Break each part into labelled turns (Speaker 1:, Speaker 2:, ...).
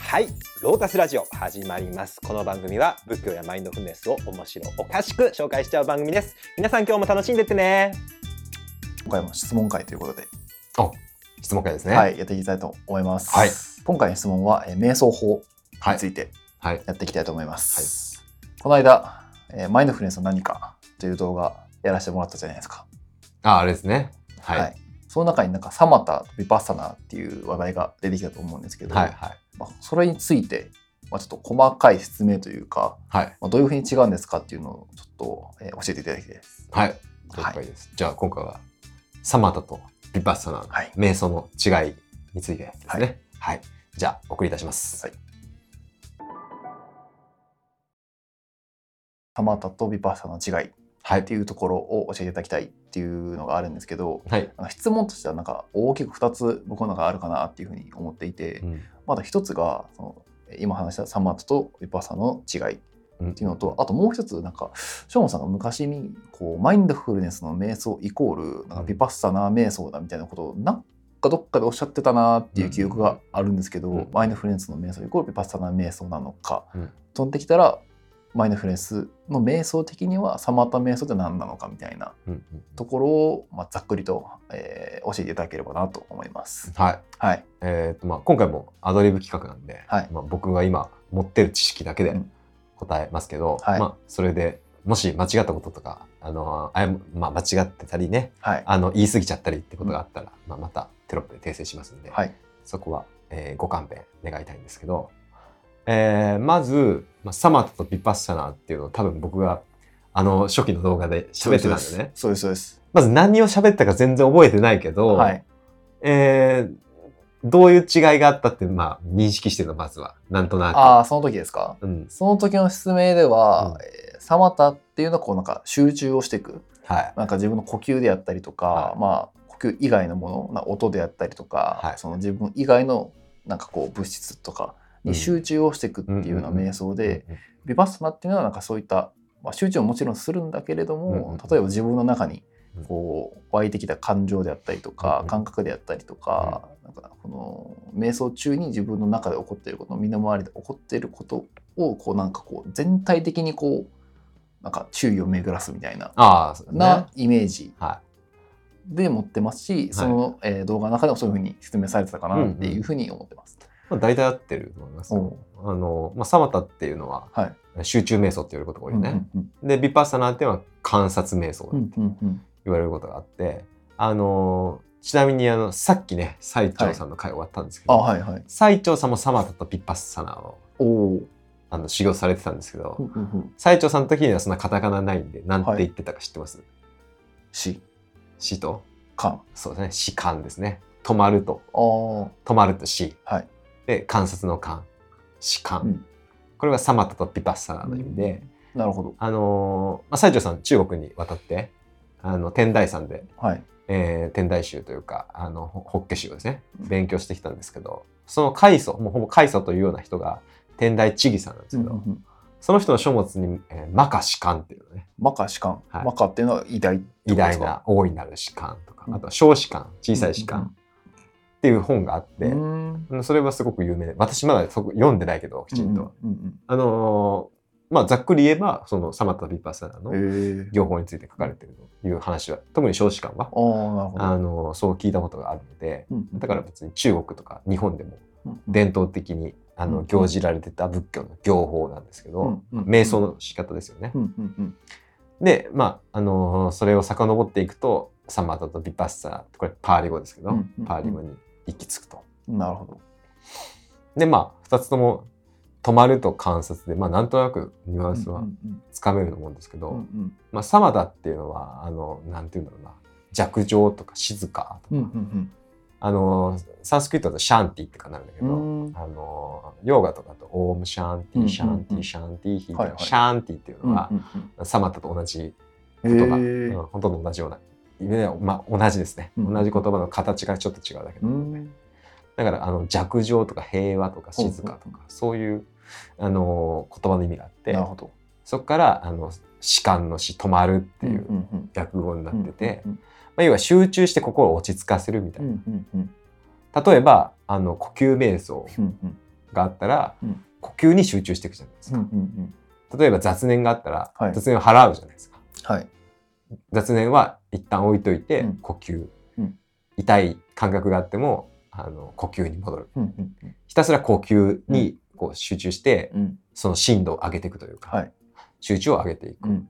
Speaker 1: はいロータスラジオ始まりますこの番組は仏教やマインドフルネスを面白おかしく紹介しちゃう番組です皆さん今日も楽しんでってね
Speaker 2: 今回も質問会ということで、
Speaker 3: 質問会ですね。
Speaker 2: は。い、やっていきたいと思います。
Speaker 3: はい
Speaker 2: 今回の質問は、えー瞑想法
Speaker 3: は
Speaker 2: に
Speaker 3: い
Speaker 2: つ。いて
Speaker 3: はい。
Speaker 2: やっていきたいと思います。この間、えーマインドフルネスの何かという動画やらせてもらったじゃないですか。
Speaker 3: あ、あれですね。はい。はい。
Speaker 2: その中になんかサマタとヴィパッサナっていう話題が出てきたと思うんですけど、
Speaker 3: はい。
Speaker 2: まあ、それについて、まあ、ちょっと細かい説明というか、
Speaker 3: はい。
Speaker 2: まあ、どういうふうに違うんですかっていうのをちょっと、えー教えていただきたいです。
Speaker 3: はい。了解です。じゃあ、今回は、サマタとヴィパッサナ、
Speaker 2: はい
Speaker 3: 瞑想の違いについてですね。はい。じゃあ、お送りいたします。
Speaker 2: はいサマタとヴィパッサナの違い
Speaker 3: はい。
Speaker 2: っ
Speaker 3: は
Speaker 2: ていうところを教えていただきたいっていうのがあるんですけど、
Speaker 3: い。
Speaker 2: あの質問としてはなんか大きく2つ僕のがあるかなっていうふうに思っていて、
Speaker 3: うん
Speaker 2: まだ1つがその今話したサマートとヴィパッサの違いっ
Speaker 3: うん
Speaker 2: ていうのとあともう一つなんかショーンさんが昔にこうマインドフルネスの瞑想イコールなんか
Speaker 3: うん
Speaker 2: ヴィパッサナー瞑想だみたいなことをなんかどっかでおっしゃってたなっていう記憶があるんですけど、
Speaker 3: うん
Speaker 2: マインドフルネスの瞑想イコールヴィパッサナー瞑想なのか、
Speaker 3: うん
Speaker 2: 飛んできたらマインドフルネスの瞑想的にはサマータ瞑想って何なのかみたいな
Speaker 3: うんうん
Speaker 2: ところを、まあ、ざっくりと、えー教えていただければなと思います。
Speaker 3: はい。
Speaker 2: はい、
Speaker 3: えっと、まあ、今回もアドリブ企画なんで、
Speaker 2: はい
Speaker 3: まあ、僕が今持ってる知識だけで
Speaker 2: うん
Speaker 3: 答えますけど、
Speaker 2: はい
Speaker 3: まあ、それで、もし間違ったこととか、あのあやまあ、間違ってたりね、
Speaker 2: はい、
Speaker 3: あの言い過ぎちゃったりってことがあったら、まあ、またテロップで訂正しますんで、
Speaker 2: はい、
Speaker 3: そこは、えーご勘弁願いたいんですけど、えーまず、まあ、サマタとビパッサナーっていうのを多分僕があの初期の動画で喋ってたんでね
Speaker 2: そうです。そうです。
Speaker 3: まず何を喋ったか全然覚えてないけど、
Speaker 2: はい、
Speaker 3: えーどういう違いがあったって、まあ、認識してるのまずはなんと
Speaker 2: あ
Speaker 3: な
Speaker 2: あ、その時ですか。
Speaker 3: く。うん
Speaker 2: その時の説明では、
Speaker 3: うん
Speaker 2: えーサマタっていうのはこうなんか集中をしていく、
Speaker 3: はい
Speaker 2: なんか自分の呼吸であったりとか、
Speaker 3: はい
Speaker 2: まあ呼吸以外のもの、な音であったりとか、
Speaker 3: はい
Speaker 2: その自分以外のなんかこう物質とか
Speaker 3: うん
Speaker 2: に集中をしていくっていうような
Speaker 3: うんうんうん
Speaker 2: 瞑想で、ヴィパッサナっていうのはなんかそういった、まあ、集中ももちろんするんだけれど
Speaker 3: うんう
Speaker 2: も、
Speaker 3: ん
Speaker 2: 例えば自分の中にこう湧いてきた感情であったりと
Speaker 3: うん
Speaker 2: か
Speaker 3: うん
Speaker 2: 感覚であったりとか,、なんかこの瞑想中に自分の中で起こっていること身の回りで起こっていることをこうなんかこう全体的にこうなんか注意を巡らすみたいな,、
Speaker 3: ああそうね
Speaker 2: なイメージ
Speaker 3: は
Speaker 2: で持ってますし、その、えー動画の中でもそういうふうに説明されてたかなっていうふうに思ってます。
Speaker 3: いまあ、大体合ってると思いますよ
Speaker 2: おう
Speaker 3: あの、まあ、サマタっていうのは
Speaker 2: はい
Speaker 3: 集中瞑想って言われることが多いよね。
Speaker 2: うんうん
Speaker 3: で、ビパッサナーっていうのは観察瞑想と
Speaker 2: うんうんうん
Speaker 3: 言われることがあって、あのー、ちなみにあの、さっきね、最澄さんの会終わったんですけど、
Speaker 2: あはいはい。
Speaker 3: 最澄さんもサマタとビパッサナーを
Speaker 2: おお。
Speaker 3: あの修行されてたんですけど、
Speaker 2: ふんふんふん
Speaker 3: 最澄さんの時にはそんなカタカナないんで、なんて
Speaker 2: はい
Speaker 3: 言ってたか知ってます、
Speaker 2: し
Speaker 3: 死と、
Speaker 2: かん。
Speaker 3: そうですね、死観ですね。止まると、
Speaker 2: あー
Speaker 3: 止まると死。
Speaker 2: はい
Speaker 3: で、観察の観、死観。
Speaker 2: うん
Speaker 3: これがサマタとビパッサナーの意味で、
Speaker 2: なるほど。
Speaker 3: あのーまあ、西条さん中国に渡ってあの天台山で、
Speaker 2: はい。
Speaker 3: えー天台宗というかあのほ法華宗をですね勉強してきたんですけどその開祖もうほぼ開祖というような人が天台智義さんなんですけど、
Speaker 2: うんうんうん
Speaker 3: その人の書物に「えー、摩訶士官」っていうのね
Speaker 2: マカ士官、
Speaker 3: はい
Speaker 2: マカっていうのは偉大ってこと
Speaker 3: 偉
Speaker 2: で
Speaker 3: 大
Speaker 2: すか
Speaker 3: な大いなる士官とか
Speaker 2: うん
Speaker 3: あとは小士官小さい士官っていう本があって、
Speaker 2: うん
Speaker 3: それはすごく有名で私まだそこ読んでないけどきちんと。
Speaker 2: うん
Speaker 3: あのーまあざっくり言えばそのサマタ・ビパッサナ
Speaker 2: う
Speaker 3: の
Speaker 2: んうんへえ
Speaker 3: 業法について書かれているという話は特に少子感は
Speaker 2: ああなるほど
Speaker 3: あのそう聞いたことがあるので
Speaker 2: うんうん
Speaker 3: だから別に中国とか日本でも
Speaker 2: うんうん
Speaker 3: 伝統的にあ
Speaker 2: う
Speaker 3: の
Speaker 2: ん
Speaker 3: 行じられてた仏教の行法なんですけ
Speaker 2: う
Speaker 3: ど
Speaker 2: んうんうん
Speaker 3: 瞑想の仕方ですよね
Speaker 2: う。んうんうん
Speaker 3: でまああのそれを遡っていくとサマータとビパッサーこれパーリ語ですけど
Speaker 2: うんうんうん
Speaker 3: パーリ語に行き着くと。
Speaker 2: なるほど
Speaker 3: でまあ2つとも止まると観察でまあなんとなくニュアンス
Speaker 2: う
Speaker 3: は
Speaker 2: んうん
Speaker 3: つかめると思うんですけど、
Speaker 2: うんうん
Speaker 3: まあ、サマダっていうのはあのなんていうんだろうな弱情とか静かとか、
Speaker 2: うんうん
Speaker 3: あのサンスクリットだとシャンティってかなるんだけ
Speaker 2: う
Speaker 3: ど、
Speaker 2: んうーん
Speaker 3: あのヨーガとかだとオームシャンテ
Speaker 2: うんう
Speaker 3: ィ
Speaker 2: んうん
Speaker 3: シャンティシャンティヒーとか
Speaker 2: はいはい
Speaker 3: シャンティっていうのは、
Speaker 2: うん
Speaker 3: サマダと同じ
Speaker 2: う
Speaker 3: 言葉、
Speaker 2: んへえ
Speaker 3: うんほとんど同じような。ねまあ、同じですね、
Speaker 2: うん
Speaker 3: 同じ言葉の形がちょっと違うだけ
Speaker 2: う
Speaker 3: なので、
Speaker 2: ん
Speaker 3: だからあの弱情とか平和とか静かと
Speaker 2: うんうん
Speaker 3: か、そういうあの言葉の意味があって
Speaker 2: なるほどっ
Speaker 3: そこからあの士官の死止まるっていう略語になってて、まあ、要は集中して心を落ち着かせるみた
Speaker 2: う
Speaker 3: い
Speaker 2: んう
Speaker 3: な、
Speaker 2: んうんうん
Speaker 3: 例えばあの呼吸瞑想
Speaker 2: うんうん
Speaker 3: があったら、
Speaker 2: うん
Speaker 3: 呼吸に集中していくじゃないです
Speaker 2: うんう
Speaker 3: か、
Speaker 2: んうん
Speaker 3: 例えば雑念があったら、
Speaker 2: はい
Speaker 3: 雑念を払うじゃないですか
Speaker 2: はい
Speaker 3: 雑念は一旦置いといて、
Speaker 2: うん
Speaker 3: 呼吸、
Speaker 2: うん
Speaker 3: 痛い感覚があってもあの呼吸に戻る
Speaker 2: うんうんうん
Speaker 3: ひたすら呼吸にこう集中して、
Speaker 2: うん
Speaker 3: その深度を上げていくというか、
Speaker 2: はい
Speaker 3: 集中を上げていく、
Speaker 2: うん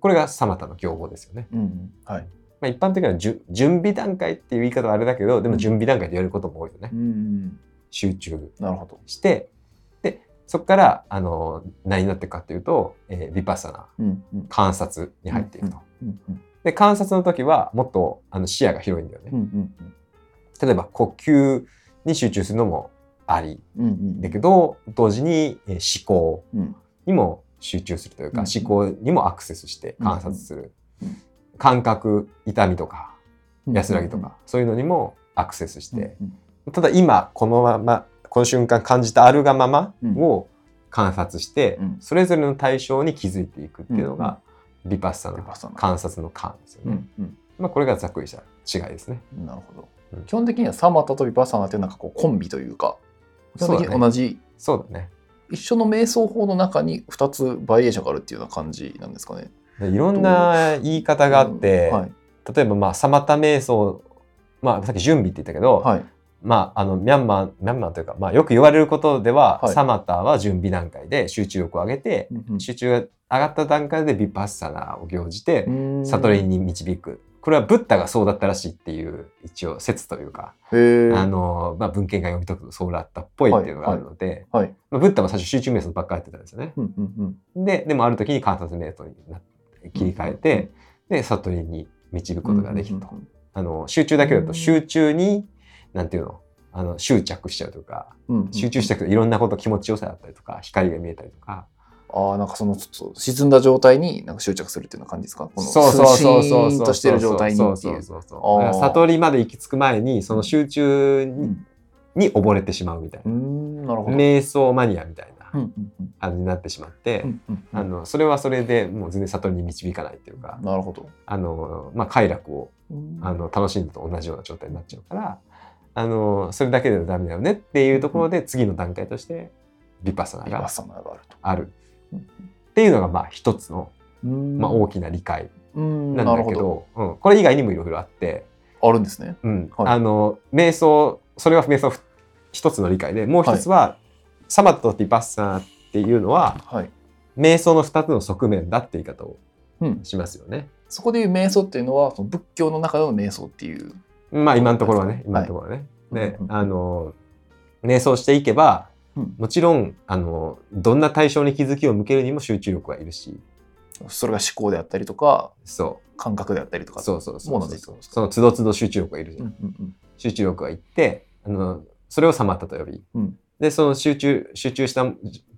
Speaker 3: これがサマタの行法ですよね、
Speaker 2: うんうんはい
Speaker 3: まあ、一般的にはじゅ準備段階っていう言い方はあれだけどで
Speaker 2: う
Speaker 3: も
Speaker 2: ん
Speaker 3: 準備段階でやることも多いよね、
Speaker 2: うんうん
Speaker 3: 集中
Speaker 2: なるほど
Speaker 3: してでそこからあの何になっていくかっていうと、えー、ヴィパッサナ
Speaker 2: うんうん
Speaker 3: 観察に入っていくと、
Speaker 2: うんうん
Speaker 3: で観察の時はもっとあの視野が広いんだよね、
Speaker 2: うんうん
Speaker 3: 例えば呼吸に集中するのもあり
Speaker 2: うんうん
Speaker 3: だけど同時にえー思考
Speaker 2: うん
Speaker 3: にも集中するというか、
Speaker 2: うん
Speaker 3: 思考にもアクセスして観察する、
Speaker 2: うんう
Speaker 3: 感覚痛みとか安らぎとか、そういうのにもアクセスして、
Speaker 2: うん
Speaker 3: ただ今このままこの瞬間感じたあるがままを観察して、
Speaker 2: うん
Speaker 3: それぞれの対象に気づいていくっていうのが、リパッサ
Speaker 2: ヴィパッサ
Speaker 3: の
Speaker 2: ナ
Speaker 3: 観察の観ですよ
Speaker 2: う
Speaker 3: ね、
Speaker 2: んうん
Speaker 3: まあ、これがざっくりした違いですね。
Speaker 2: うんなるほど
Speaker 3: うん
Speaker 2: 基本的にはサマタとヴィパッサナってなんかこうコンビというか基本
Speaker 3: そ
Speaker 2: 的
Speaker 3: うだ
Speaker 2: に
Speaker 3: ね
Speaker 2: 同じ
Speaker 3: そうだね
Speaker 2: 一緒の瞑想法の中に2つバリエーションがあるっていうような感じなんですかね。
Speaker 3: でいろんな言い方があって、
Speaker 2: うんはい
Speaker 3: 例えばまあサマタ瞑想、まあ、さっき準備って言ったけど、
Speaker 2: はい
Speaker 3: まあ、あのミャンマーミャンマーというか、まあ、よく言われることでは、
Speaker 2: はい
Speaker 3: サマタは準備段階で集中力を上げて、集中が上がった段階でヴィパッサナを行じて、悟りに
Speaker 2: に
Speaker 3: 導くこれはブッダがそうだったらしいっていう一応説というか、あのまあ、文献が読み解くとそうだったっぽいっていうのがあるので、
Speaker 2: はい
Speaker 3: まあ、ブッダも最初集中瞑想ばっかりやってたんですよね。
Speaker 2: うんうんうん
Speaker 3: ででもある時に観察瞑想にな切り替えて、で悟りに導くことができると。あの集中だけだと集中になんていうのあの執着しちゃうというか
Speaker 2: うんうんうん
Speaker 3: 集中していくといろんなこと気持ちよさだったりとか光が見えたりとか
Speaker 2: ああなんかそのちょっと沈んだ状態になんか執着するっていうような感じですかこのシーンとしてる状態に
Speaker 3: そう
Speaker 2: って
Speaker 3: そ
Speaker 2: いうう。
Speaker 3: そうそう
Speaker 2: あー
Speaker 3: だから悟りまで行き着く前にその集中
Speaker 2: う
Speaker 3: に
Speaker 2: ん
Speaker 3: に溺れてしまうみたいうな、
Speaker 2: んなるほど。
Speaker 3: 瞑想マニアみたい
Speaker 2: うん
Speaker 3: な
Speaker 2: うんうん
Speaker 3: 感じになってしまって、
Speaker 2: うんうん
Speaker 3: あのそれはそれでもう全然悟りに導かないっていうか、
Speaker 2: なるほど。
Speaker 3: あのまあ、快楽をあ
Speaker 2: あ
Speaker 3: の楽しんでと同じような状態になっちゃうからあのそれだけではダメだよねっていうところで次の段階としてリパッサナ
Speaker 2: リパ
Speaker 3: が
Speaker 2: ッサナがあると。
Speaker 3: ある
Speaker 2: うん
Speaker 3: っていうのがまあ一つの、
Speaker 2: うん
Speaker 3: まあ、大きな理解
Speaker 2: うん
Speaker 3: な
Speaker 2: なん
Speaker 3: だ
Speaker 2: る
Speaker 3: け
Speaker 2: ほど。
Speaker 3: ど,、うん、これ以外にもいろいろあって、
Speaker 2: あるんですね。
Speaker 3: うん
Speaker 2: はい
Speaker 3: あの瞑想それは瞑想ふ一つの理解でもう一つは、サマットとリパッサナっていうのは
Speaker 2: はい。
Speaker 3: 瞑想の二つの側面だって言い方を
Speaker 2: うん
Speaker 3: しますよね。
Speaker 2: そこでいう瞑想っていうのはその仏教の中での瞑想っていう。
Speaker 3: まあ今のところはね、
Speaker 2: は
Speaker 3: 今
Speaker 2: い
Speaker 3: のところはね。
Speaker 2: うん
Speaker 3: で
Speaker 2: う、ん
Speaker 3: あの、瞑想していけば、
Speaker 2: うん
Speaker 3: もちろん、あの、どんな対象に気づきを向けるにも集中力はいるし、
Speaker 2: それが思考であったりとか
Speaker 3: そ
Speaker 2: 感覚であったりと
Speaker 3: う、
Speaker 2: か。
Speaker 3: そうそうそ
Speaker 2: も
Speaker 3: う
Speaker 2: うな
Speaker 3: そ
Speaker 2: ん
Speaker 3: う
Speaker 2: で
Speaker 3: そう、
Speaker 2: す
Speaker 3: その都度都度集中力はいるじゃ。
Speaker 2: うんんうん
Speaker 3: 集中力がいって、あの、それをサマッタと呼び、
Speaker 2: うん
Speaker 3: で、その集中、集中した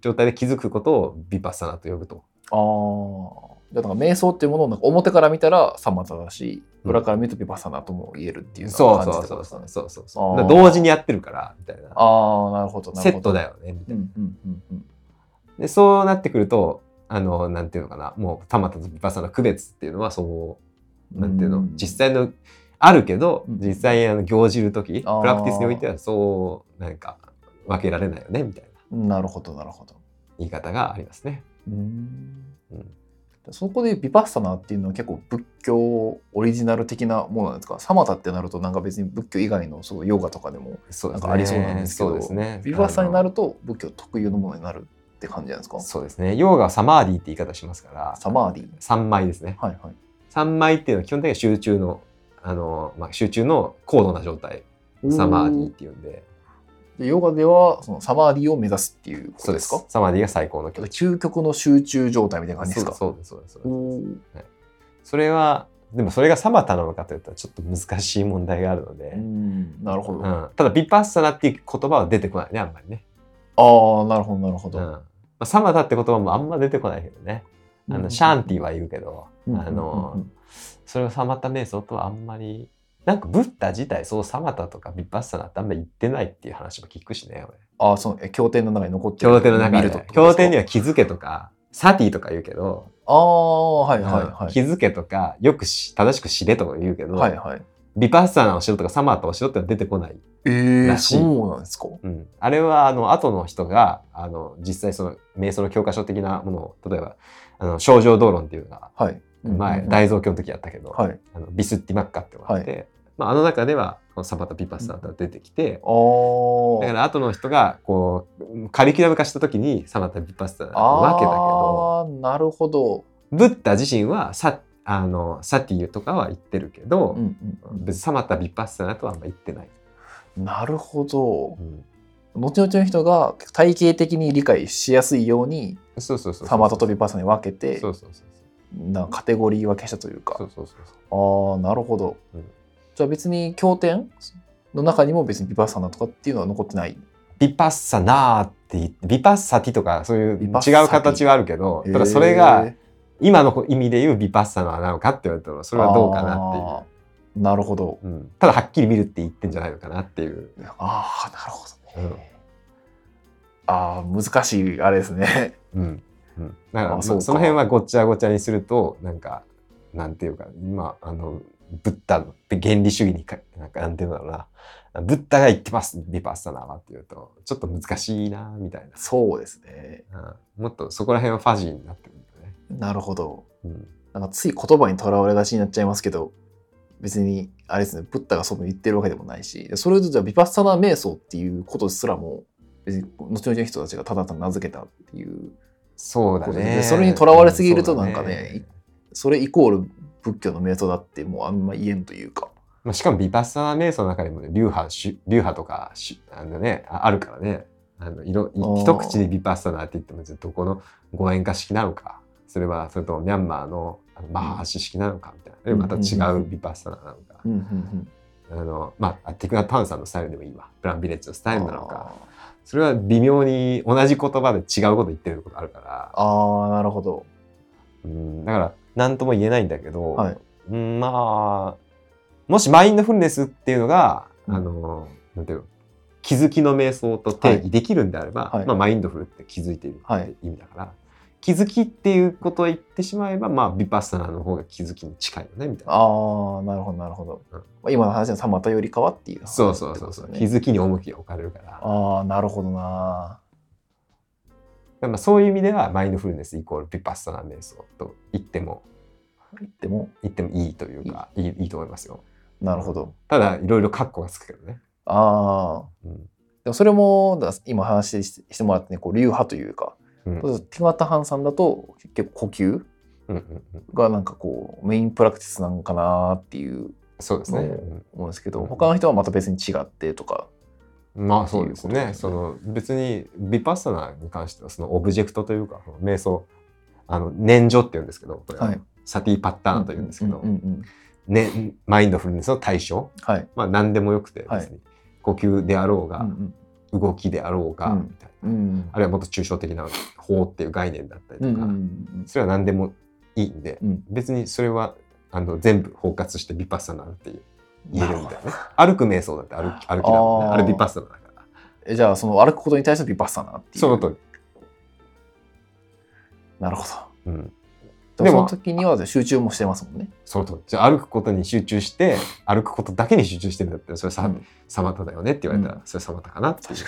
Speaker 3: 状態で気づくことをビパッサナと呼ぶと。
Speaker 2: うん。ああ。だから瞑想っていうものをなんか表から見たらサマタだし、
Speaker 3: うん
Speaker 2: 裏から見るとヴィパッサナとも言えるっていうよう
Speaker 3: そ
Speaker 2: な
Speaker 3: う
Speaker 2: 感じ
Speaker 3: そ
Speaker 2: っ
Speaker 3: う
Speaker 2: てこ
Speaker 3: そ
Speaker 2: と
Speaker 3: う
Speaker 2: です
Speaker 3: そ
Speaker 2: か
Speaker 3: う
Speaker 2: ね。
Speaker 3: そうそう
Speaker 2: あー
Speaker 3: だから同時にやってるから、みたいな。
Speaker 2: ああ、なるほど。な
Speaker 3: セ
Speaker 2: るほ
Speaker 3: ット
Speaker 2: ど。
Speaker 3: だよね、みたいな
Speaker 2: うんうんうんうん。
Speaker 3: でそうなってくるとあのなんていうのかなもうタマタとビパッサナの区別っていうのはそうなんていうの、
Speaker 2: うん
Speaker 3: 実際のあるけど、
Speaker 2: うん
Speaker 3: 実際あの行じる時プ
Speaker 2: あー
Speaker 3: ラクティスにおいてはそうなんか分けられないよねみたいな
Speaker 2: なるほど、なるほど。
Speaker 3: 言い方がありますね。
Speaker 2: うん
Speaker 3: うん
Speaker 2: そこでヴィパッサナっていうのは結構仏教オリジナル的なものなんですかサマタってなるとなんか別に仏教以外のそうヨガとかでも
Speaker 3: そうで
Speaker 2: なん
Speaker 3: す
Speaker 2: か
Speaker 3: ね。
Speaker 2: ありそうなんですけど
Speaker 3: そうですね。
Speaker 2: ヴィパッサナにな
Speaker 3: る
Speaker 2: ると仏教特有のものになるって感じなんですか
Speaker 3: そうですね。ヨーガはサマーディって言い方しますから、
Speaker 2: サマーディ
Speaker 3: 三枚ですね。
Speaker 2: はいはい
Speaker 3: 三枚っていうのは基本的には集中のあのまあ集中の高度な状態、サマーディっていうんで、
Speaker 2: でヨガではそのサマーディを目指すっていうことですか
Speaker 3: サマーディが最高の境地。
Speaker 2: 究極の集中状態みたいな感じですか
Speaker 3: そうですそうですそうです。
Speaker 2: おー
Speaker 3: それはでもそれがサマタなのかといったらちょっと難しい問題があるので、
Speaker 2: うーんなるほど、
Speaker 3: う
Speaker 2: あ
Speaker 3: んただビパッサナっていう言葉は出てこないねあんまりね、
Speaker 2: あなるほどなる
Speaker 3: う
Speaker 2: ほ
Speaker 3: ん
Speaker 2: ど、
Speaker 3: まあ、サマタって言葉もあんま出てこないけどねあのシャンティは言うけど、
Speaker 2: うん
Speaker 3: あ
Speaker 2: うんう
Speaker 3: の
Speaker 2: ん
Speaker 3: それをサマタ瞑想とはあんまりなんかブッダ自体そうサマタとかビパッサナってあんまり言ってないっていう話も聞くしね俺
Speaker 2: ああそのえ経典の中に残ってる
Speaker 3: 経典の中
Speaker 2: 見ると
Speaker 3: で経典に
Speaker 2: は
Speaker 3: は気づけとかサティとか言うけど、
Speaker 2: ああはいはいはい、
Speaker 3: うん気づけとかよくし正しく知れとか言うけど、
Speaker 2: はいはい
Speaker 3: ビパッサーなお城とかサマータお城ってのは出てこない。
Speaker 2: え
Speaker 3: ら
Speaker 2: ー、
Speaker 3: しい
Speaker 2: そうなんですか。
Speaker 3: うん、あれはあの後の人があの実際その瞑想の教科書的なものを例えば「あの症状道論」っていうのが
Speaker 2: はい。
Speaker 3: 前、
Speaker 2: うんうん
Speaker 3: 大蔵経の時やったけど、
Speaker 2: はい。
Speaker 3: あのビスッティマッカっていうのがあって、まあ、あの中ではこのサバタ・ピパッサーが出てきて、
Speaker 2: あー
Speaker 3: だから後の人がこうカリキュラム化した時にサバタ・ピパッサーなわけだけど
Speaker 2: あーなるほど。
Speaker 3: ブッダ自身はサあのサティとかは言ってるけど、
Speaker 2: うん
Speaker 3: 別にサマタ・ビパッサーナとはあんま言ってない。
Speaker 2: うん、なるほど
Speaker 3: う。ん
Speaker 2: 後々の人が体系的に理解しやすいように
Speaker 3: そうそうそうそう
Speaker 2: サマータとビパッサに分けて
Speaker 3: そうそうそう
Speaker 2: なカテゴリー分けしたというか
Speaker 3: そうそうそうそう
Speaker 2: ああなるほど、
Speaker 3: うん
Speaker 2: じゃあ別に経典の中にも別にビパッサナとかっていうのは残ってない
Speaker 3: ビパッサナーって言ってビパッサティとかそういう
Speaker 2: ビ
Speaker 3: 違
Speaker 2: パッサティ
Speaker 3: う形はあるけどただそれ
Speaker 2: え
Speaker 3: が
Speaker 2: ー
Speaker 3: 今の意味で言うビパッサナーなのかって言われたらそれはどうかなっていう
Speaker 2: あーなるほど
Speaker 3: うん、ただはっきり見るって言ってんじゃないのかなっていう、
Speaker 2: ああなるほど
Speaker 3: う
Speaker 2: ね、
Speaker 3: ん
Speaker 2: ああ難しいあれですね
Speaker 3: うんうん、だから
Speaker 2: あ
Speaker 3: まあ
Speaker 2: そう
Speaker 3: そ
Speaker 2: か
Speaker 3: の辺はごっちゃごちゃにするとなんかなんていうか今あのブッダの原理主義にかなんかなんていうんだろうなブッダが言ってますビパッサナーはっていうとちょっと難しいなみたい
Speaker 2: そうですね
Speaker 3: な、うん、もっとそこら辺はファジーになってくるんだね。
Speaker 2: なるほど
Speaker 3: うん
Speaker 2: なんかつい言葉にとらわれがちになっちゃいますけど別にあれですねブッダがそう言ってるわけでもないしでそれとじゃあビパッサナ瞑想っていうことすらも別に後々の人たちがただ単に名付けたっていう
Speaker 3: そうだ
Speaker 2: そうだね
Speaker 3: ね。
Speaker 2: それにとらわれすぎるとなんかね
Speaker 3: うんそうだ
Speaker 2: それイコール仏教の瞑想だってもうあんま言えんというか
Speaker 3: まあ、しかもビパッサナ瞑想の中でもね、流派し流派とかしあの、ね、ああるからねあのいろい
Speaker 2: あー
Speaker 3: 一口にビパッサナって言ってもどこの語縁化式なのかそれはそれともミャンマーのあのマハハシ式なのかみたいなでまた違うビパッサナなのか、
Speaker 2: うんうんうん
Speaker 3: あのまあ、ティクナ・パンさんのスタイルでもいいわブランビレッジのスタイルなのか
Speaker 2: あ
Speaker 3: それは微妙に同じ言葉で違うこと言ってることあるから
Speaker 2: ーあーなるほど
Speaker 3: うんだから何とも言えないんだけど、
Speaker 2: はい
Speaker 3: うんまあもしマインドフルネスっていうのが、
Speaker 2: うん
Speaker 3: あのなんていうの気づきの瞑想と定義できるんであれば、
Speaker 2: はい
Speaker 3: まあ、マインドフルって気づいている
Speaker 2: は
Speaker 3: っ
Speaker 2: い
Speaker 3: て意味だから、気づきっていうことを言ってしまえばまあビパッサナーの方が気づきに近いよねみたいな。
Speaker 2: ああなるほどなるほど、
Speaker 3: うん
Speaker 2: まあ今の話のさまたよりかはっていう
Speaker 3: そうそうそうそう、
Speaker 2: ってこと
Speaker 3: 気
Speaker 2: ですね
Speaker 3: づきに重きが置かれるから
Speaker 2: ああなるほどな
Speaker 3: まあ、そういう意味ではマインドフルネスイコールビパッサナー瞑想と言っても
Speaker 2: でも
Speaker 3: 言ってもいいというかいいいいと思いますよ
Speaker 2: なるほど
Speaker 3: ただいろいろカッコがつくけどね、
Speaker 2: ああ
Speaker 3: うん
Speaker 2: でもそれもだ今話ししてもらってねこう流派というか、
Speaker 3: うん
Speaker 2: そうティマタハンさんだと結構呼吸
Speaker 3: うんうんうん、
Speaker 2: がなんかこうメインプラクティスなんかなっていう
Speaker 3: そうですね。
Speaker 2: ね
Speaker 3: うん
Speaker 2: 思うんですけど
Speaker 3: うん
Speaker 2: 他の人はまた別に違ってとか
Speaker 3: まあそうです
Speaker 2: ってい
Speaker 3: ね。
Speaker 2: うことですね
Speaker 3: その別にビパッサナに関してはそのオブジェクトというかその瞑想あの念所っていうんですけど、これは
Speaker 2: はい
Speaker 3: サティパッターンというんですけど、
Speaker 2: うんうんうん
Speaker 3: ねマインドフルネスの対象、
Speaker 2: はい
Speaker 3: まあ何でもよくて
Speaker 2: はい
Speaker 3: 別に呼吸であろうが、
Speaker 2: うん
Speaker 3: 動きであろうが、
Speaker 2: うん
Speaker 3: みたいな
Speaker 2: うんうん
Speaker 3: あるいはもっと抽象的な法っていう概念だったりと
Speaker 2: う
Speaker 3: か、
Speaker 2: んうんうん
Speaker 3: それは何でもいいんで、
Speaker 2: うん
Speaker 3: 別にそれはあの全部包括してビパッサナっていう言えるみた
Speaker 2: ない
Speaker 3: なね。歩く瞑想だって歩き歩きだもんね。
Speaker 2: あー
Speaker 3: あれビパッサナだから。
Speaker 2: えじゃあその歩くことに対してビパッサナっていう
Speaker 3: その通り。
Speaker 2: なるほ
Speaker 3: うん、
Speaker 2: ど
Speaker 3: で
Speaker 2: でも
Speaker 3: も
Speaker 2: その時には集中もしてますもんね
Speaker 3: その通り。じゃあ歩くことに集中して、歩くことだけに集中してるんだったら、それさ、
Speaker 2: うん
Speaker 3: サマタだよねって言われたら、
Speaker 2: うん
Speaker 3: それサマタかなっていう。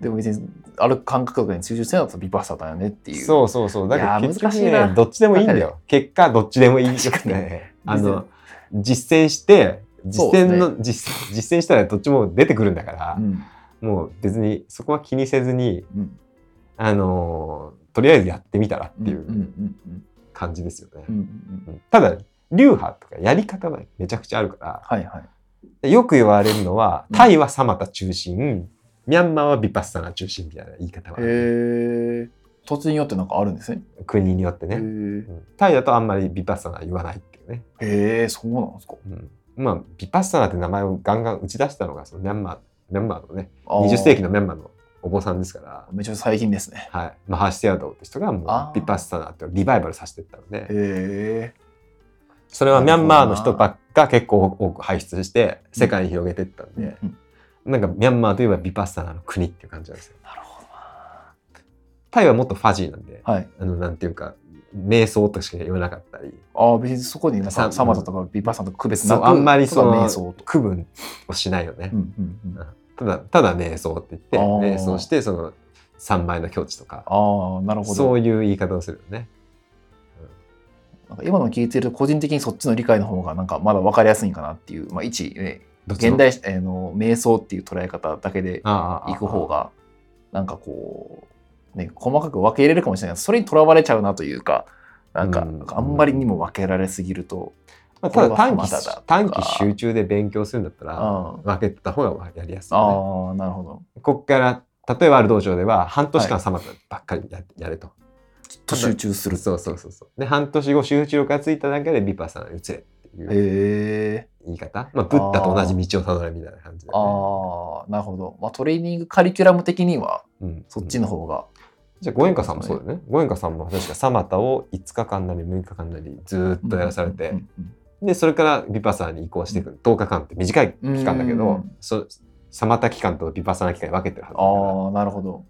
Speaker 2: でも別に歩く感覚とかに集中してるのとビパッサだよねっていう
Speaker 3: そうそうそう。だから
Speaker 2: いやー
Speaker 3: 結局
Speaker 2: 難しい
Speaker 3: ね
Speaker 2: な、
Speaker 3: どっちでもいいんだよ。結果、どっちでもいいよ
Speaker 2: 確かに
Speaker 3: ね。あの、実践して、実践の、実践実践したらどっちも出てくるんだから、
Speaker 2: うん
Speaker 3: もう別にそこは気にせずに、
Speaker 2: うん
Speaker 3: あのーとりあえずやってみたらってい
Speaker 2: うんう
Speaker 3: うん
Speaker 2: うん
Speaker 3: 感じですよね。
Speaker 2: うんうんうん
Speaker 3: うんただ、流派とかやり方がめちゃくちゃあるから、
Speaker 2: はいはい
Speaker 3: でよく言われるのは
Speaker 2: うん
Speaker 3: タイはサマタ中心、ミャンマーはビパッサナ中心みたいな言い方は
Speaker 2: へえ土地によってなんかあるんですね
Speaker 3: 国によって
Speaker 2: へ
Speaker 3: ね、
Speaker 2: ー
Speaker 3: うんタイだとあんまりビパッサナ言わないっていうね、
Speaker 2: へえそうなんですか
Speaker 3: うんまあビパッサナって名前をガンガン打ち出したのがそのミャンマーミャンマーのね
Speaker 2: あー
Speaker 3: 20世紀のミャンマーのお坊さんですから、
Speaker 2: めちゃくちゃ最近ですね
Speaker 3: はい、マハシセアドーって人が
Speaker 2: あ
Speaker 3: も
Speaker 2: ー
Speaker 3: うビパッサナってリバイバルさせてったので
Speaker 2: へえ
Speaker 3: それはミャンマーの人ばっか結構多く輩出して世界に広げてったんで、なんかミャンマーといえばビパッサナの国っていう感じなんですよ。
Speaker 2: なるほどな
Speaker 3: タイはもっとファジーなんで、
Speaker 2: はい
Speaker 3: あのなんていうか瞑想としか言わなかったり、
Speaker 2: ああ、別にそこになん
Speaker 3: さ
Speaker 2: かサマザとかビパッサンとか区別な
Speaker 3: そう
Speaker 2: く、
Speaker 3: あんまりそ
Speaker 2: ただ
Speaker 3: の
Speaker 2: 瞑想と。
Speaker 3: 区分をしないよね
Speaker 2: う。んうんうん
Speaker 3: うんただ、ただ瞑想って言って、
Speaker 2: あー
Speaker 3: 瞑想して、その三枚の境地とか、
Speaker 2: ああ、なるほ
Speaker 3: そ
Speaker 2: ど
Speaker 3: う。いう言い方をするよね。
Speaker 2: なんか今の聞いてると、個人的にそっちの理解の方が、なんかまだ分かりやすいんかなっていう、まあ、一、ね、
Speaker 3: どっちも
Speaker 2: 現代、えーの瞑想っていう捉え方だけで
Speaker 3: ああ
Speaker 2: いく方。が、なんかこう、ね、細かく分け入れるかもしれないけどそれにとらわれちゃうなというか、なんか、
Speaker 3: うん
Speaker 2: あんまりにも分けられすぎると、
Speaker 3: まあ、ただ短
Speaker 2: これは
Speaker 3: 期
Speaker 2: 浜田だとか
Speaker 3: 短期集中で勉強するんだった
Speaker 2: うん、
Speaker 3: ら、
Speaker 2: あ
Speaker 3: 分けた方がやりやすい、ね。
Speaker 2: あ、なるほど。
Speaker 3: こっから、例えばある道場では、半年
Speaker 2: は
Speaker 3: 間サマザばっかりややれと。
Speaker 2: ちょっと集中する。
Speaker 3: そうそうそうそう。で、半年後、集中力がついただけで、ビパッサナに移れっていう
Speaker 2: へえ。
Speaker 3: 言い方。まあ、ブッダと同じ道をたどれみたいな感じで、ね。
Speaker 2: ああ、なるほど。まあ、トレーニングカリキュラム的には、
Speaker 3: うん、
Speaker 2: そっちの方が。
Speaker 3: じゃあ、ゴエンカさんもそうだよね。ゴエンカさんも確かサマタを5日間なり6日間なりずーっとやらされて、
Speaker 2: うんうん
Speaker 3: で、それからビパッサナに移行していくる。10日間って短い期間だけど、
Speaker 2: うん
Speaker 3: そサマタ期間とビパッサナ期間に分けてるはずだから。
Speaker 2: ああ、なるほど。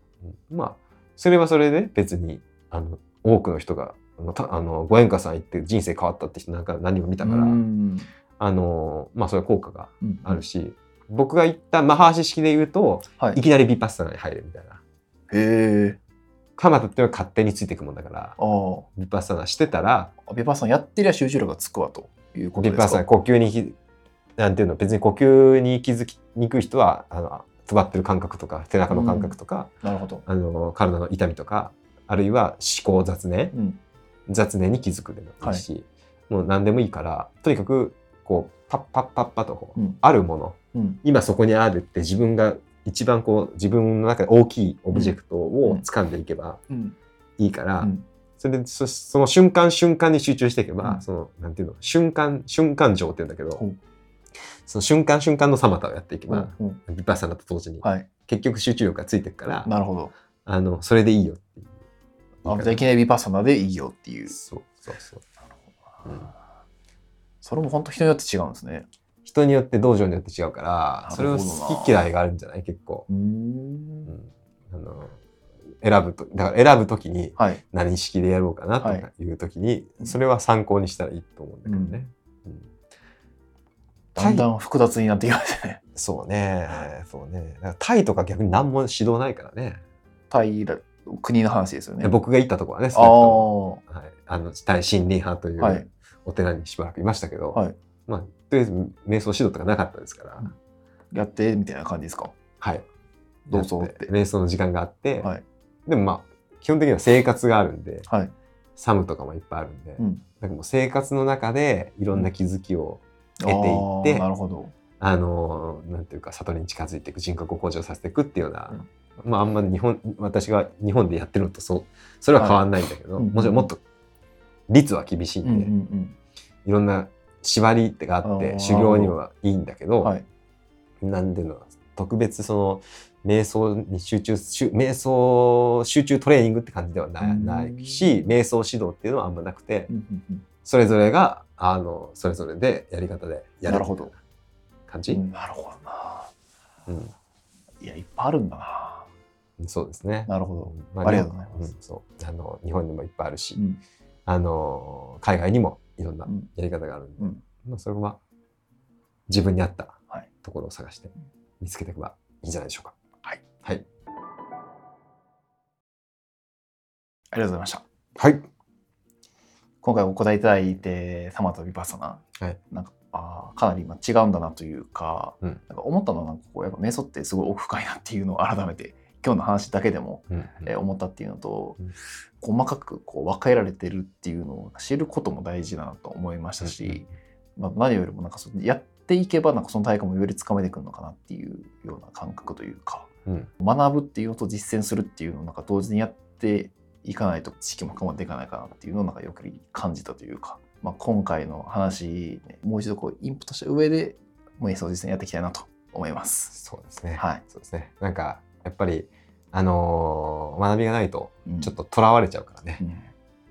Speaker 3: うんまあそれはそれで別にあの多くの人があのたあのご縁家さん行って人生変わったって人なんか何人も見たから、
Speaker 2: うん
Speaker 3: あのまあそれは効果が
Speaker 2: うん
Speaker 3: あるし、僕が言ったマハーシ式で言うと
Speaker 2: はい
Speaker 3: いきなりビパッサナに入るみたいな。
Speaker 2: へえ。
Speaker 3: カマタっていうのは勝手についていくもんだから
Speaker 2: ああ
Speaker 3: ビパッサナしてたら
Speaker 2: ビパッサンやってりゃ集中力がつくわということ
Speaker 3: ビ
Speaker 2: です
Speaker 3: パ
Speaker 2: か
Speaker 3: ッサナ呼吸にひなんていうの別に呼吸に気づきにくい人はあの止まってる感覚とか背中の感覚とか、
Speaker 2: なるほど。
Speaker 3: あの体の痛みとかあるいは思考雑念
Speaker 2: うん。
Speaker 3: 雑念に気づくでもいいし、もう何でもいいからとにかくこうパッパッパッパとこう、
Speaker 2: うん
Speaker 3: あるもの
Speaker 2: うん。
Speaker 3: 今そこにあるって自分が一番こう自分の中で大きいオブジェクトを掴んでいけば
Speaker 2: うん。
Speaker 3: いいから、
Speaker 2: うん
Speaker 3: それでそその瞬間瞬間に集中していけば、
Speaker 2: うん
Speaker 3: そのなんていうの瞬間瞬間情って言うんだけど、
Speaker 2: ほう
Speaker 3: その瞬間瞬間のサマタをやっていけ
Speaker 2: う
Speaker 3: ば
Speaker 2: ん、うん
Speaker 3: ビパッサナと同時に、
Speaker 2: はい。
Speaker 3: 結局集中力がついていくから
Speaker 2: なるほど。
Speaker 3: あのそれでいいよっていう言い
Speaker 2: あ
Speaker 3: 方
Speaker 2: じゃあいきなりビパッサナでいいよっていう。
Speaker 3: そうそうそう、うん
Speaker 2: それも本当人によって違うんですね。
Speaker 3: 人によって道場によって違うからそ
Speaker 2: な
Speaker 3: れ
Speaker 2: るほ
Speaker 3: を
Speaker 2: どな
Speaker 3: 好き嫌いがあるんじゃない結構、
Speaker 2: う。
Speaker 3: うんんあの選ぶとだから選ぶ時に
Speaker 2: はい。
Speaker 3: 何式でやろうかなと
Speaker 2: は
Speaker 3: かいう時に、それは参考にしたらいいと思うんだけどね、うん
Speaker 2: だ
Speaker 3: タ
Speaker 2: んだ
Speaker 3: イ
Speaker 2: ん複雑になってきましたね。
Speaker 3: そうねそうねだからタイとか逆に何も指導ないからね
Speaker 2: タイら国の話ですよね。
Speaker 3: 僕が行ったとこはね
Speaker 2: あ
Speaker 3: 少なくとも
Speaker 2: あ。は
Speaker 3: はい、あのタイ森林派とい
Speaker 2: は
Speaker 3: う
Speaker 2: い
Speaker 3: お寺にしばらくいましたけど、
Speaker 2: い。
Speaker 3: まあ、とりあえず瞑想指導とかなかったですから、
Speaker 2: うんやってみたいな感じですか。
Speaker 3: はい。
Speaker 2: どうぞって
Speaker 3: 瞑想の時間があって、
Speaker 2: はい
Speaker 3: でもまあ、基本的には生活があるんで、
Speaker 2: はい。
Speaker 3: サムとかもいっぱいあるんで、
Speaker 2: うん
Speaker 3: だからもう生活の中でいろんな気づきを、
Speaker 2: あ
Speaker 3: ていって
Speaker 2: ーなるほど。
Speaker 3: あのー、なんていうか、悟りに近づいていく、人格を向上させていくっていうような、まああんま日本、私が日本でやってるのとそう、それは変わんないんだけど、
Speaker 2: はいうんうん
Speaker 3: もちろんもっと率は厳しいん
Speaker 2: う
Speaker 3: で、
Speaker 2: んうん
Speaker 3: いろんな縛りってがあっ
Speaker 2: あ
Speaker 3: て、
Speaker 2: ー
Speaker 3: 修行にはいいんだけ
Speaker 2: う
Speaker 3: ど、
Speaker 2: ん。はい。
Speaker 3: なんていうの特別その瞑想に集中集瞑想集中トレーニングって感じではな
Speaker 2: う
Speaker 3: い
Speaker 2: ん
Speaker 3: ないし瞑想指導っていうのはあんまなくて
Speaker 2: うんうんうん
Speaker 3: それぞれがあのそれぞれでやり方でやる
Speaker 2: なるほど
Speaker 3: 感じ、
Speaker 2: なるほどな。
Speaker 3: うん
Speaker 2: いや、いっぱいあるんだな。
Speaker 3: そうですね。
Speaker 2: なるほど。
Speaker 3: ま
Speaker 2: ありがとうございます
Speaker 3: んそうあの日本にもいっぱいあるし、
Speaker 2: うん
Speaker 3: あの海外にもいろんな
Speaker 2: うん
Speaker 3: やり方があるんで、
Speaker 2: うん
Speaker 3: まあ、それは自分に合った
Speaker 2: はい
Speaker 3: ところを探して見つけていけばいいんじゃないでしょうか。
Speaker 2: はい、
Speaker 3: はい、
Speaker 2: ありがとうございました。
Speaker 3: はい
Speaker 2: 今回お答えいただいて、サマとビパッサナ。
Speaker 3: はい
Speaker 2: なんか、あーかなり今違うんだなというか、
Speaker 3: うん
Speaker 2: なんか思ったのは、なんかこう、やっぱ瞑想ってすごい奥深いなっていうのを改めて、今日の話だけでも、
Speaker 3: うん
Speaker 2: えー思ったっていうのと、
Speaker 3: うん
Speaker 2: 細かくこう分けられてるっていうのを知ることも大事だなと思いましたし、まあ、何よりもなんかそのやっていけばなんかその体感もよりつかめてくるのかなっていうような感覚というか
Speaker 3: うん
Speaker 2: 学ぶっていうのと実践するっていうのをなんか同時にやっていかないと知識も深まっていかないかなっていうのをなんかよく感じたというか、まあ、今回の話ねもう一度こうインプットした上でもう演奏実践やっていきたいなと思います。
Speaker 3: そうですね。
Speaker 2: はい
Speaker 3: そうですね。なんかやっぱりあのー学びがないと
Speaker 2: うん
Speaker 3: ちょっと囚われちゃうからね。
Speaker 2: うん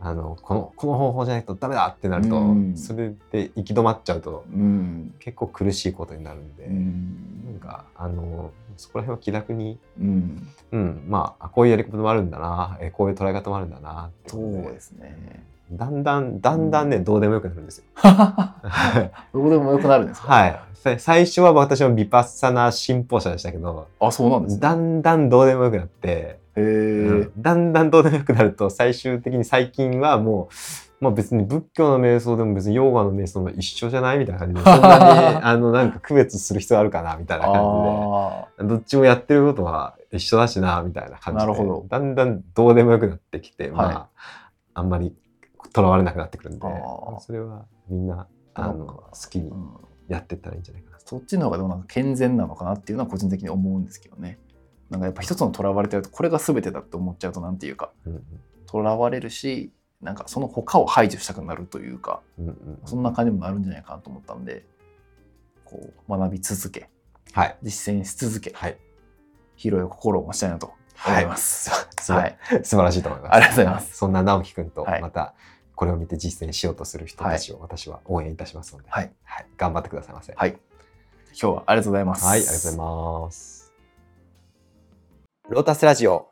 Speaker 3: あのこのこの方法じゃないとダメだってなると、
Speaker 2: うん
Speaker 3: それで行き止まっちゃうと
Speaker 2: うん
Speaker 3: 結構苦しいことになるんで、
Speaker 2: うん
Speaker 3: なんかあのーそこら辺は気楽に、
Speaker 2: うん、
Speaker 3: うん、まああこういうやり方もあるんだな、えこういう捉え方もあるんだなってい
Speaker 2: そうですね。
Speaker 3: うだんだん、だんだんね、どうでもよくなるん ですよ。はい
Speaker 2: どこでもよくなるんですか
Speaker 3: はい。さ最初は私もビパッサナ信奉者でしたけど、
Speaker 2: あ、そうなんですね。
Speaker 3: だんだんどうでもよくなって、
Speaker 2: へえ。
Speaker 3: だんだんどうでもよくなると最終的に最近はもう、まあ、別に仏教の瞑想でも別にヨーガの瞑想も一緒じゃないみたいな感じでそんな にあのなんか区別する必要あるかなみたいな感
Speaker 2: あ
Speaker 3: じでどっちもやってることは一緒だしなみたいな感じで
Speaker 2: なるほど
Speaker 3: だんだんどうでもよくなってきて、
Speaker 2: はい
Speaker 3: まああんまりとらわれなくなってくるんで
Speaker 2: あー
Speaker 3: それはみんなあの
Speaker 2: なんか
Speaker 3: 好き
Speaker 2: ー
Speaker 3: に
Speaker 2: うん
Speaker 3: やってったらいいんじゃないかな
Speaker 2: そっちの方がでもなんか健全なのかなっていうのは個人的に思うんですけどね。なんかやっぱ一つのとらわれてるとこれが全てだって思っちゃうとなんていうか
Speaker 3: うん
Speaker 2: とらわれるしなんかその他を排除したくなるというか
Speaker 3: うんうんう
Speaker 2: そ
Speaker 3: ん
Speaker 2: んな感じにもなるんじゃないかなと思ったんでこう学び続け
Speaker 3: はい
Speaker 2: 実践し続け
Speaker 3: はい
Speaker 2: 広い心を持ちたいなと思います。
Speaker 3: そう
Speaker 2: はい、
Speaker 3: 素晴らしいと思います。
Speaker 2: ありがとうございます
Speaker 3: そんな直樹くんと
Speaker 2: はい
Speaker 3: またこれを見て実践しようとする人たちを私は応援いたしますので、
Speaker 2: はい
Speaker 3: 頑張ってくださいませ。
Speaker 2: はい今日はありがとうございます。
Speaker 3: はい、ありがとうございます。
Speaker 1: ロータスラジオ。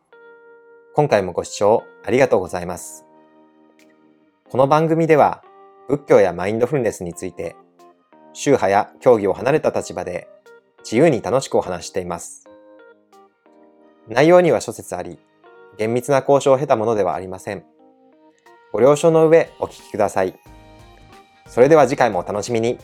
Speaker 1: 今回もご視聴ありがとうございます。この番組では、仏教やマインドフルネスについて、宗派や教義を離れた立場で、自由に楽しくお話ししています。内容には諸説あり、厳密な交渉を経たものではありません。ご了承の上、お聞きください。それでは次回もお楽しみに。